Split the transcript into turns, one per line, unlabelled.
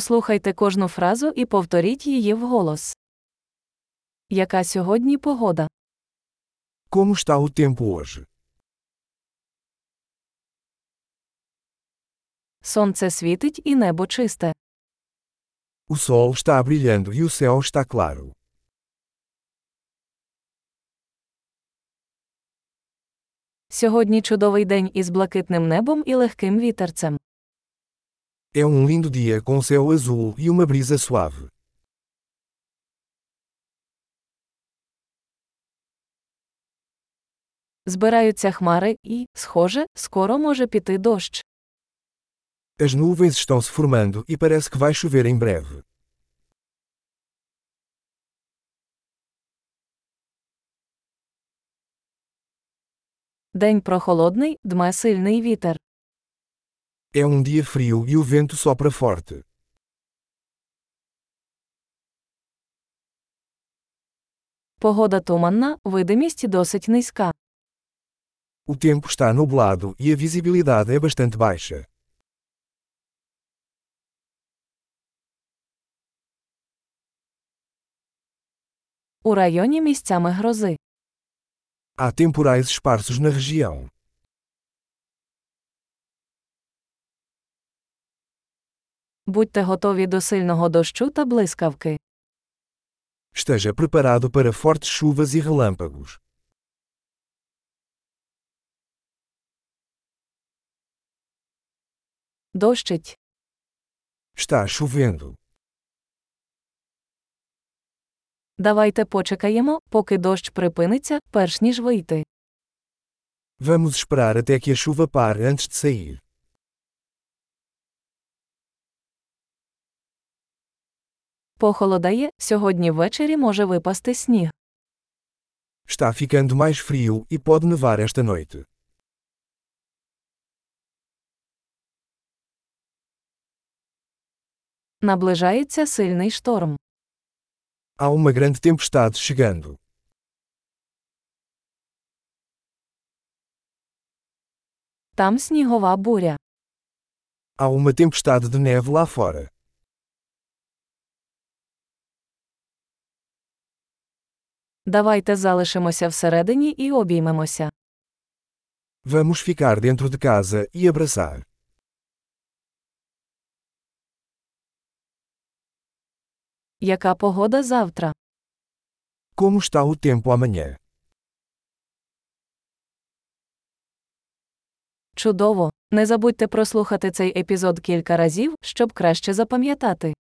Послухайте кожну фразу і повторіть її вголос. Яка сьогодні погода?
Como está o tempo hoje?
Сонце світить і небо чисте.
O sol está brilhando e o céu está claro.
Сьогодні чудовий день із блакитним небом і легким вітерцем.
É um lindo dia com céu azul e uma brisa suave.
Збираються хмари і, схоже, скоро може піти дощ.
As nuvens estão se formando e parece que vai chover em breve.
День прохолодний, дме сильний вітер.
É um dia frio e o vento sopra forte.
Погода туманна, видимість досить низька.
O tempo está nublado e a visibilidade é bastante baixa.
У районі місцями грози.
Há temporais esparsos na região.
Будьте готові до сильного дощу та блискавки.
Esteja preparado para fortes chuvas e relâmpagos.
Дощить.
Está chovendo.
Давайте почекаємо, поки дощ припиниться, перш ніж вийти.
Vamos esperar até que a chuva pare antes de sair.
Похолодає, сьогодні ввечері може випасти сніг.
Está ficando mais frio e pode nevar esta noite.
Наближається сильний шторм.
Há uma grande tempestade chegando.
Там снігова буря.
Há uma tempestade de neve lá fora.
Давайте залишимося всередині і обіймемося.
Vamos ficar dentro de casa e abraçar.
Яка погода завтра?
Como está o tempo amanhã?
Чудово! Не забудьте прослухати цей епізод кілька разів, щоб краще запам'ятати.